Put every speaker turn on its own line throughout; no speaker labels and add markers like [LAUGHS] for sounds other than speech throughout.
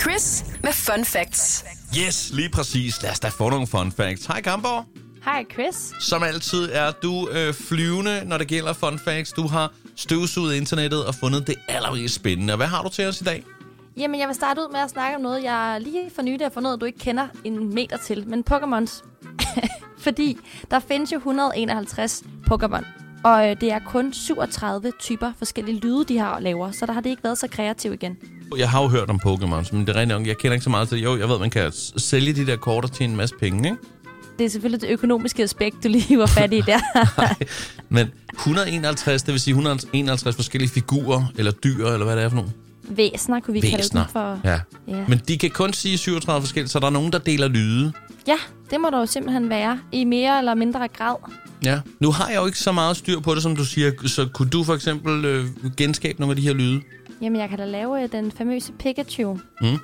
Chris med Fun Facts.
Yes, lige præcis. Lad os da få nogle fun facts. Hej Gamborg.
Hej, Chris.
Som altid er du øh, flyvende, når det gælder fun facts. Du har støvsuget internettet og fundet det allermest spændende. Og hvad har du til os i dag?
Jamen, jeg vil starte ud med at snakke om noget, jeg lige for nylig har fundet, ud, du ikke kender en meter til, men Pokémons. [LAUGHS] Fordi der findes jo 151 Pokémon, og øh, det er kun 37 typer forskellige lyde, de har og laver, så der har det ikke været så kreativt igen.
Jeg har jo hørt om Pokémon, men det er rent nok, jeg kender ikke så meget til det. Jo, jeg ved, man kan s- sælge de der korter til en masse penge, ikke?
Det er selvfølgelig det økonomiske aspekt, du lige var [LAUGHS] fat i der.
[LAUGHS] Men 151, det vil sige 151 forskellige figurer, eller dyr, eller hvad det er for nogle
Væsner kunne vi kalde
væsener.
dem for.
Ja.
Ja.
Men de kan kun sige 37 forskellige, så der er nogen, der deler lyde.
ja, det må der jo simpelthen være, i mere eller mindre grad.
Ja. Nu har jeg jo ikke så meget styr på det, som du siger, så kunne du for eksempel øh, genskabe nogle af de her lyde?
Jamen, jeg kan da lave øh, den famøse Pikachu. Mm.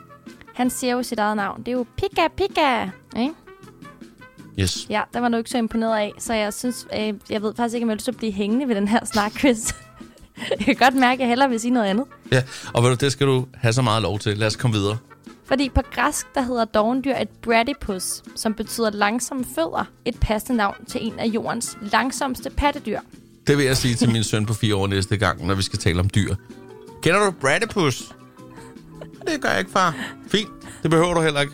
Han siger jo sit eget navn. Det er jo Pika Pika, ikke?
Yes.
Ja, der var du ikke så imponeret af, så jeg synes, øh, jeg ved faktisk ikke, om jeg har lyst til at blive hængende ved den her snak, Chris. [LAUGHS] jeg kan godt mærke, at jeg hellere vil sige noget andet.
Ja, og ved du, det skal du have så meget lov til. Lad os komme videre.
Fordi på græsk, der hedder dovendyr et bradypus, som betyder langsomme fødder. Et passende navn til en af jordens langsomste pattedyr.
Det vil jeg sige til min søn på fire år næste gang, når vi skal tale om dyr. Kender du Bradypus? Det gør jeg ikke, far. Fint. Det behøver du heller ikke.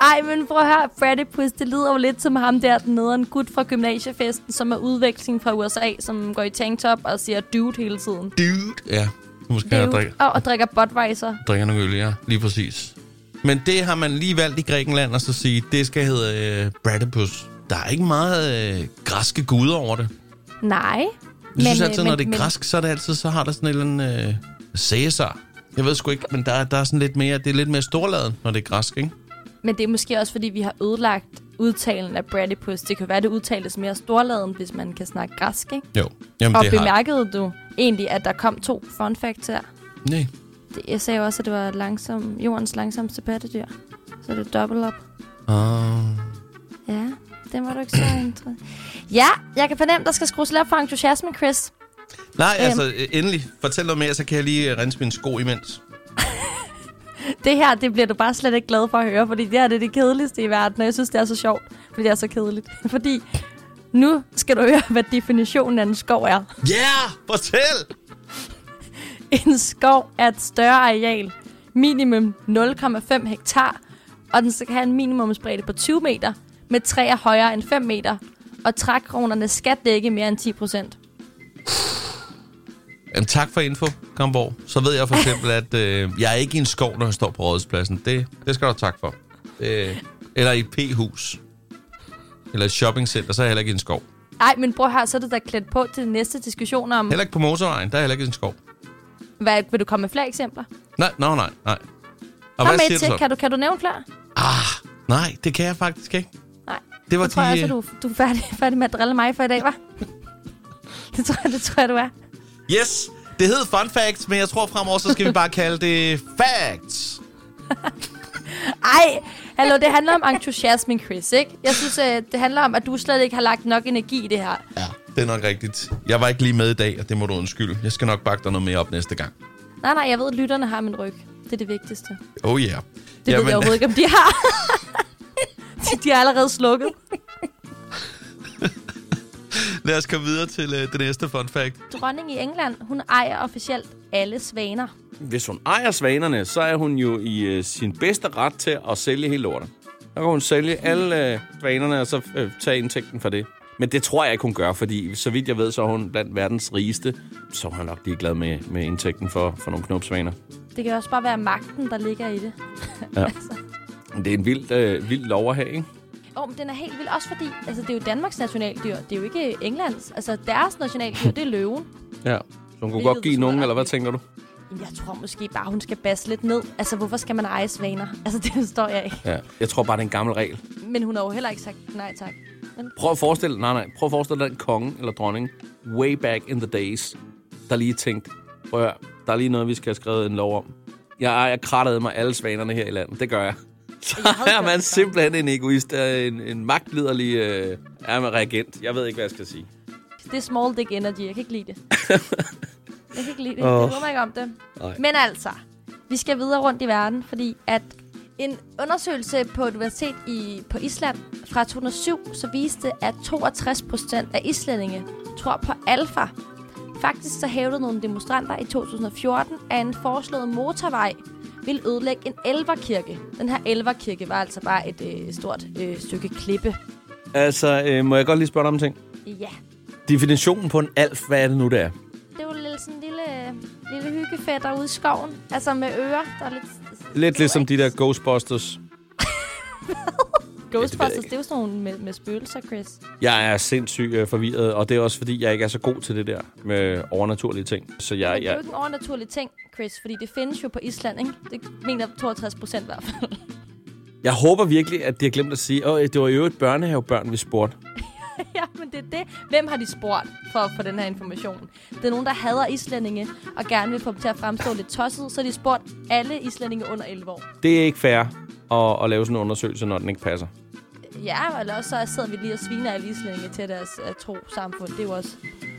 Ej, men prøv at høre, Platypus, det lyder jo lidt som ham der, den nederen gut fra gymnasiefesten, som er udveksling fra USA, som går i tanktop og siger dude hele tiden.
Dude. Ja, nu måske jeg drikke,
Dude. Og, og drikker Budweiser.
drikker nogle øl, ja. Lige præcis. Men det har man lige valgt i Grækenland, og så sige, det skal hedde øh, Bradypus. Der er ikke meget øh, græske guder over det.
Nej.
Jeg synes
øh,
altid, når det er græsk, så er det altid, så har der sådan en eller anden øh, Caesar. Jeg ved sgu ikke, men der, er- der er sådan lidt mere, det er lidt mere storladen, når det er græsk, ikke?
Men det er måske også, fordi vi har ødelagt udtalen af Platypus. Det kan være, det udtales mere storladen, hvis man kan snakke græsk, ikke?
Jo. Jamen,
Og
det har...
bemærkede du egentlig, at der kom to fun facts her?
Nej.
Det- Jeg sagde jo også, at det var langsom, jordens langsomste pattedyr. Så det er dobbelt op.
Ah.
Ja, den var du [CLEARS THROAT] ikke så interesseret. Ja, jeg kan fornemme, der skal skrues lidt op for entusiasmen, Chris.
Nej,
Øhm.
altså øh, endelig. Fortæl noget mere, så kan jeg lige øh, rense min sko imens.
Det her, det bliver du bare slet ikke glad for at høre, fordi det her det er det kedeligste i verden, og jeg synes, det er så sjovt, fordi det er så kedeligt. [LAUGHS] Fordi nu skal du høre, hvad definitionen af en skov er.
Ja, yeah, fortæl!
En skov er et større areal, minimum 0,5 hektar, og den skal have en minimumsbredde på 20 meter, med træer højere end 5 meter, og trækronerne skal dække mere end 10 procent.
Jamen, tak for info, Kamborg. Så ved jeg for eksempel, at øh, jeg er ikke i en skov, når jeg står på rådhuspladsen. Det, det skal du have tak for. Øh, eller i et p-hus. Eller et shoppingcenter, så er jeg heller ikke i en skov.
Ej, men prøv her, så er du da klædt på til den næste diskussion om,
Heller ikke på motorvejen, der er jeg heller ikke i en skov.
hvad, vil du komme med flere eksempler?
Nej, no, nej, nej. Og
Kom
hvad
med
siger
et
du
til.
så?
Kan du, kan du nævne flere?
Nej, det kan jeg faktisk ikke.
Nej.
Det var
jeg tror
de,
jeg også, at
øh,
du, du er færdig, [LAUGHS] færdig med at drille mig for i dag,
[LAUGHS]
var? det, tror jeg, det tror jeg, du er.
Yes, det hed fun facts, men jeg tror fremover, så skal vi bare kalde det facts.
Ej, hallo, det handler om entusiasme, Chris, ikke? Jeg synes, øh, det handler om, at du slet ikke har lagt nok energi i det her.
Ja, det er nok rigtigt. Jeg var ikke lige med i dag, og det må du undskylde. Jeg skal nok bakke dig noget mere op næste gang.
Nej, nej, jeg ved, at lytterne har min ryg. Det er det vigtigste. Det
Oh yeah.
Jamen. ved jeg overhovedet ikke, om de har. [LAUGHS] de, de er allerede slukket.
[LAUGHS] Lad os komme videre til uh, det næste fun fact.
Dronning i England, hun ejer officielt alle svaner.
Hvis hun ejer svanerne, så er hun jo i øh, sin bedste ret til at sælge hele lortet. Der kan hun sælge alle øh, svanerne, og så øh, tage indtægten for det. Men det tror jeg ikke, hun gør, fordi så vidt jeg ved, så er hun blandt verdens rigeste. Så er hun nok ligeglad med, med indtægten for, for nogle knopsvaner.
Det kan også bare være magten, der ligger i det.
Men Det er en vild, øh, vild lov at have, ikke?
Åh, oh, men den er helt vild, også fordi altså, det er jo Danmarks nationaldyr. Det er jo ikke Englands. Altså, deres nationaldyr, det er løven.
Ja. Så hun kunne
Det
godt
lyder
give
som
nogen,
en
eller hvad
ret vild-
tænker du?
Jamen, Jeg tror måske bare, hun skal basse lidt ned. Altså, hvorfor skal man eje svaner? Altså, [LAUGHS] det forstår jeg ikke.
Ja. Jeg tror bare, det er en gammel regel.
Men hun har jo heller ikke sagt nej tak. Men
Prøv at forestille, nej, nej, prøv at forestille dig den konge eller dronning, way back in the days, der lige tænkte, prøv at høre, der er lige noget, vi skal have skrevet en lov om. Jeg, jeg krattede mig alle svanerne her i landet, det gør jeg. Så er man simpelthen en egoist, øh, en, en magtliderlig øh, er man regent. Jeg ved ikke, hvad jeg skal sige.
[LAUGHS]
det er small dick energy. Jeg kan ikke lide det. Jeg kan ikke lide det.
Åh.
Oh. Jeg bryder mig ikke om det.
Nej.
Men altså, vi skal videre rundt i verden, fordi at en undersøgelse på et universitet i, på Island fra 2007, så viste, at 62 procent af islændinge tror på alfa. Faktisk så hævdede nogle demonstranter i 2014, at en foreslået motorvej ville ødelægge en elverkirke. Den her elverkirke var altså bare et øh, stort øh, stykke klippe.
Altså, øh, må jeg godt lige spørge dig om en ting?
Ja,
Definitionen på en alf, hvad er det nu, det er?
det var lidt sådan en lille, lille hyggefætter ude i skoven. Altså med ører, der er lidt...
Lidt ligesom
[LAUGHS]
de der Ghostbusters.
Ghostbusters, det er jo sådan nogle med, med spøgelser, Chris.
Jeg er sindssygt øh, forvirret, og det er også fordi, jeg ikke er så god til det der med overnaturlige ting. Så jeg,
Men det er jo
jeg
ikke en overnaturlig ting, Chris, fordi det findes jo på Island, ikke? Det mener 62 procent i hvert fald. [LAUGHS]
Jeg håber virkelig, at de har glemt at sige, at det var jo et børnehavebørn, vi spurgte.
ja, men det er det. Hvem har de spurgt for at få den her information? Det er nogen, der hader islændinge og gerne vil få dem til at fremstå lidt tosset, så har de spurgt alle islændinge under 11 år.
Det er ikke fair at, at lave sådan en undersøgelse, når den ikke passer.
Ja, eller også så sidder vi lige og sviner alle islændinge til deres uh, tro samfund. Det, er jo også,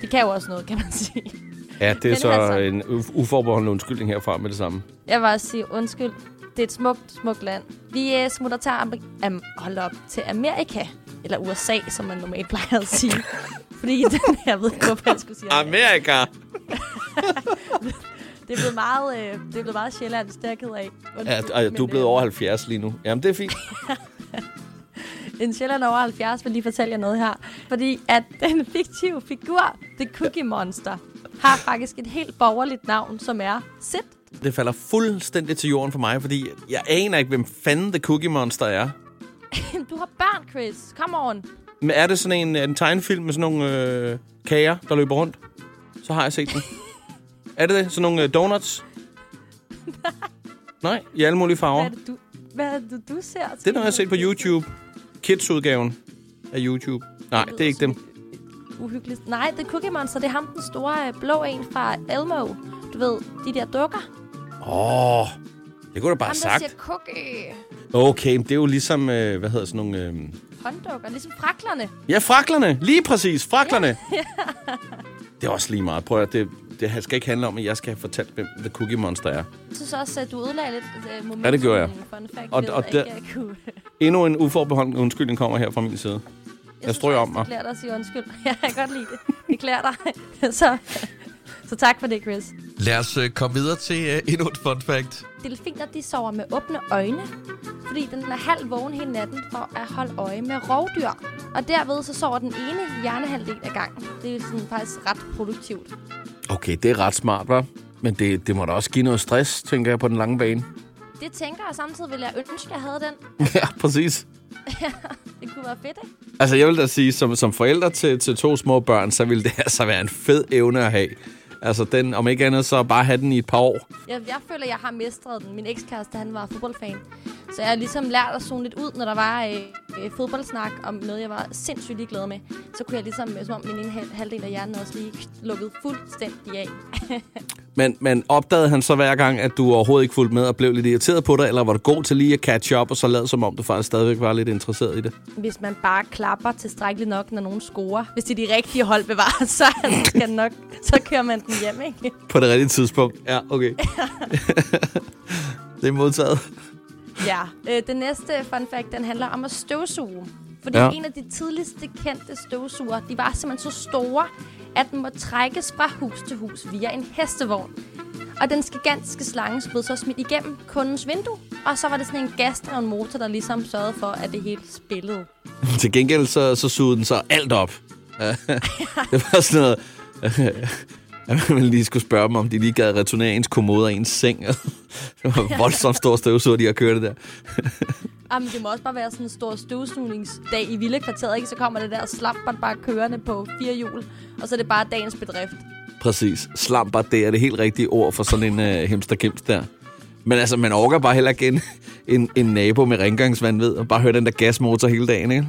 det kan jo også noget, kan man sige.
Ja, det er
Men
så
altså-
en u- uforbeholden undskyldning herfra med det samme.
Jeg vil også sige undskyld. Det er et smukt, smukt land. Vi øh, smutter til, Amer- am- hold op, til Amerika. Eller USA, som man normalt plejer at
[LAUGHS]
sige. Fordi den, jeg ved ikke, hvorfor jeg skulle sige Amerika.
Amerika!
Det er blevet meget, øh, det er blevet meget sjællands, det er jeg ked af.
Ja,
Undskyld,
og du er
men,
blevet
øh,
over 70 lige nu. Jamen, det er fint.
En sjælland over 70 vil lige fortælle jer noget her. Fordi at den fiktive figur, The Cookie Monster, har faktisk et helt borgerligt navn, som er Sid.
Det falder fuldstændig til jorden for mig, fordi jeg aner ikke, hvem fanden The Cookie Monster er.
Du har børn, Chris. Come on.
Men er det sådan en, en tegnefilm med sådan nogle øh, kager, der løber rundt? Så har jeg set
[LAUGHS]
den. er det det? Sådan nogle øh, donuts? Nej, i alle mulige farver.
Hvad er det, du, hvad er det, du ser?
Det er noget, jeg har set på YouTube. Kids-udgaven af YouTube. Nej, det er ikke dem.
uhyggeligt. Nej, The Cookie Monster, det er ham, den store øh, blå en fra Elmo. Du ved, de der dukker.
Åh, oh, det kunne du bare
Ham,
have
der siger
sagt.
cookie.
Okay, men det er jo ligesom, øh, hvad hedder sådan nogle... Øh...
Hånddukker, ligesom fraklerne.
Ja, fraklerne. Lige præcis, fraklerne. [LAUGHS] det er også lige meget. Prøv at høre, det, det skal ikke handle om, at jeg skal have fortalt, hvem The Cookie Monster er.
Jeg synes også, at du ødelagde lidt øh, momentum.
Ja, det gjorde jeg.
i Fun fact,
Og-
og,
og
og
der-
ikke, jeg kunne.
Endnu en uforbeholden undskyldning kommer her fra min side.
[LAUGHS] Jeg synes
stryger
også,
om mig.
Det klæder dig at sige undskyld. [LAUGHS] Ja, jeg kan godt lide det. Det klæder dig. [LAUGHS] så, så tak for det, Chris.
Lad os øh, komme videre til øh, endnu et fun fact.
Delfiner, de sover med åbne øjne, fordi den er halv vågen hele natten for at holde øje med rovdyr. Og derved så sover den ene hjernehalvdel af gangen. Det er sådan faktisk ret produktivt.
Okay, det er ret smart, var. Men det, det må da også give noget stress, tænker jeg, på den lange bane. [LAUGHS]
Det tænker jeg, og samtidig ville jeg ønske, jeg havde den.
ja, præcis.
Det kunne være fedt, ikke?
Altså, jeg vil da sige, som, som forælder til, til to små børn, så ville det [LAUGHS] altså være en fed evne at have. Altså, den, om ikke andet, så bare have den i et par år.
Jeg, jeg føler, jeg har mestret den. Min ekskæreste, han var fodboldfan. Så jeg har ligesom lært at zone lidt ud, når der var øh, øh, fodboldsnak om noget, jeg var sindssygt ligeglad med. Så kunne jeg ligesom, øh, som om min ene hal- halvdel af hjernen også lige lukket fuldstændig af.
Men, men opdagede han så hver gang, at du overhovedet ikke fulgte med og blev lidt irriteret på dig, eller var du god til lige at catch up, og så lad som om du faktisk stadigvæk var lidt interesseret i det?
Hvis man bare klapper tilstrækkeligt nok, når nogen scorer. Hvis det er de rigtige hold bevaret, [LAUGHS] så, så, skal den nok, så kører man den hjem, ikke?
På det rigtige tidspunkt. Ja, okay. det er modtaget.
Ja, øh, den næste fun fact, den handler om at støvsuge. Fordi
Ja.
ja. en af de tidligste kendte støvsuger, de var simpelthen så store, at den må trækkes fra hus til hus via en hestevogn. Og den gigantiske slange blev så smidt igennem kundens vindue, og så var det sådan en gasdreven motor, der ligesom sørgede for, at det hele spillede.
Til gengæld så, så sugede den så alt op. [LAUGHS] det var sådan noget... at man lige skulle spørge dem, om de lige gad returnere ens kommode og ens seng. [LAUGHS] det var voldsomt stor støvsuger, de har kørt det der.
Jamen, Ah, det må også bare være sådan en stor støvsugningsdag i Villekvarteret, ikke? Så kommer det der slapbart bare kørende på fire hjul, og så er det bare dagens bedrift.
Præcis. Slamper, det er det helt rigtige ord for sådan en øh, hemsterkims der. Men altså, man orker bare heller ikke en, en, en nabo med rengøringsvandved og bare høre den der gasmotor hele dagen, ikke?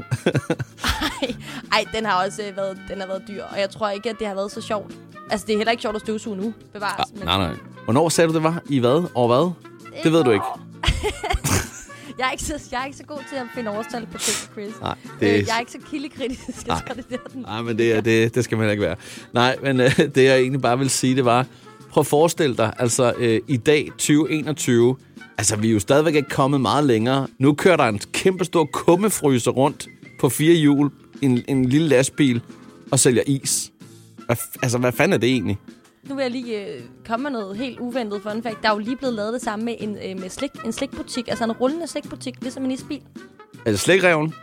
Ej, Ej, den har også øh, været, den har været dyr, og jeg tror ikke, at det har været så sjovt. Altså, det er heller ikke sjovt at støvsuge nu, bevares. men
Ah, nej. Hvornår sagde du, det var? I hvad? Over hvad? Det ved du ikke.
[LAUGHS] jeg, er ikke så, jeg er ikke så god til at finde årstal på ting, Chris.
Nej, det er-
øh, jeg er ikke så kildekritisk, jeg
Nej.
tror, det er der, den.
Nej, men det, er, det, det skal man heller ikke være. Nej, men øh, det jeg egentlig bare vil sige, det var, Prøv at forestille dig, altså øh, i dag 2021, altså vi er jo stadigvæk ikke kommet meget længere. Nu kører der en kæmpe stor kummefryser rundt på fire hjul, i en, en lille lastbil, og sælger is. Hvad, f- altså, hvad fanden er det egentlig?
Nu vil jeg lige øh, komme med noget helt uventet fun fact. Der er jo lige blevet lavet det samme med en, øh, med slik, en slikbutik. Altså en rullende slikbutik, ligesom en isbil.
Er det slikreven?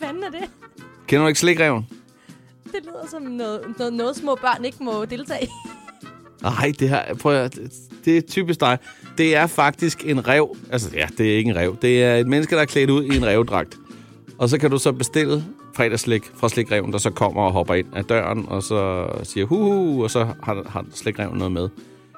Fanden er det?
Kender du ikke slikreven?
Det lyder som noget, noget, noget små børn ikke må deltage i.
Nej, det her, prøv at, det er typisk dig. Det er faktisk en rev. Altså, ja, det er ikke en rev. Det er et menneske, der er klædt ud i en revdragt. Og så kan du så bestille fredagslik fra slikreven, der så kommer og hopper ind af døren, og så siger huhu, og så har, har slikreven noget med.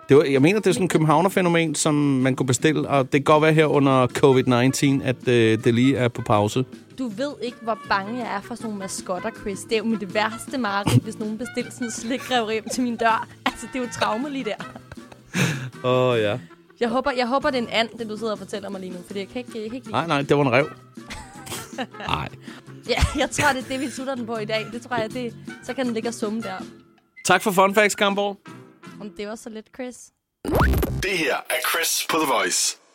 Det var, jeg mener, det er sådan et københavnerfænomen, som man kunne bestille, og det kan godt være her under covid-19, at øh, det lige er på pause.
Du ved ikke, hvor bange jeg er for sådan nogle maskotter, Chris. Det er jo mit værste mareridt, hvis nogen bestiller sådan en slikrevrim til min dør. Altså, det er jo traume lige der.
Åh, oh, ja.
Jeg håber, jeg håber, det er en and, det du sidder og fortæller mig lige nu, for jeg kan ikke, jeg kan ikke lide.
Nej, nej, det var en [LAUGHS] rev. Nej.
Ja, jeg tror, det er det, vi sutter den på i dag. Det tror jeg, det, så kan den ligge og summe der.
Tak for fun facts, Gamborg.
Om det var så lidt, Chris.
Det her er Chris på The Voice.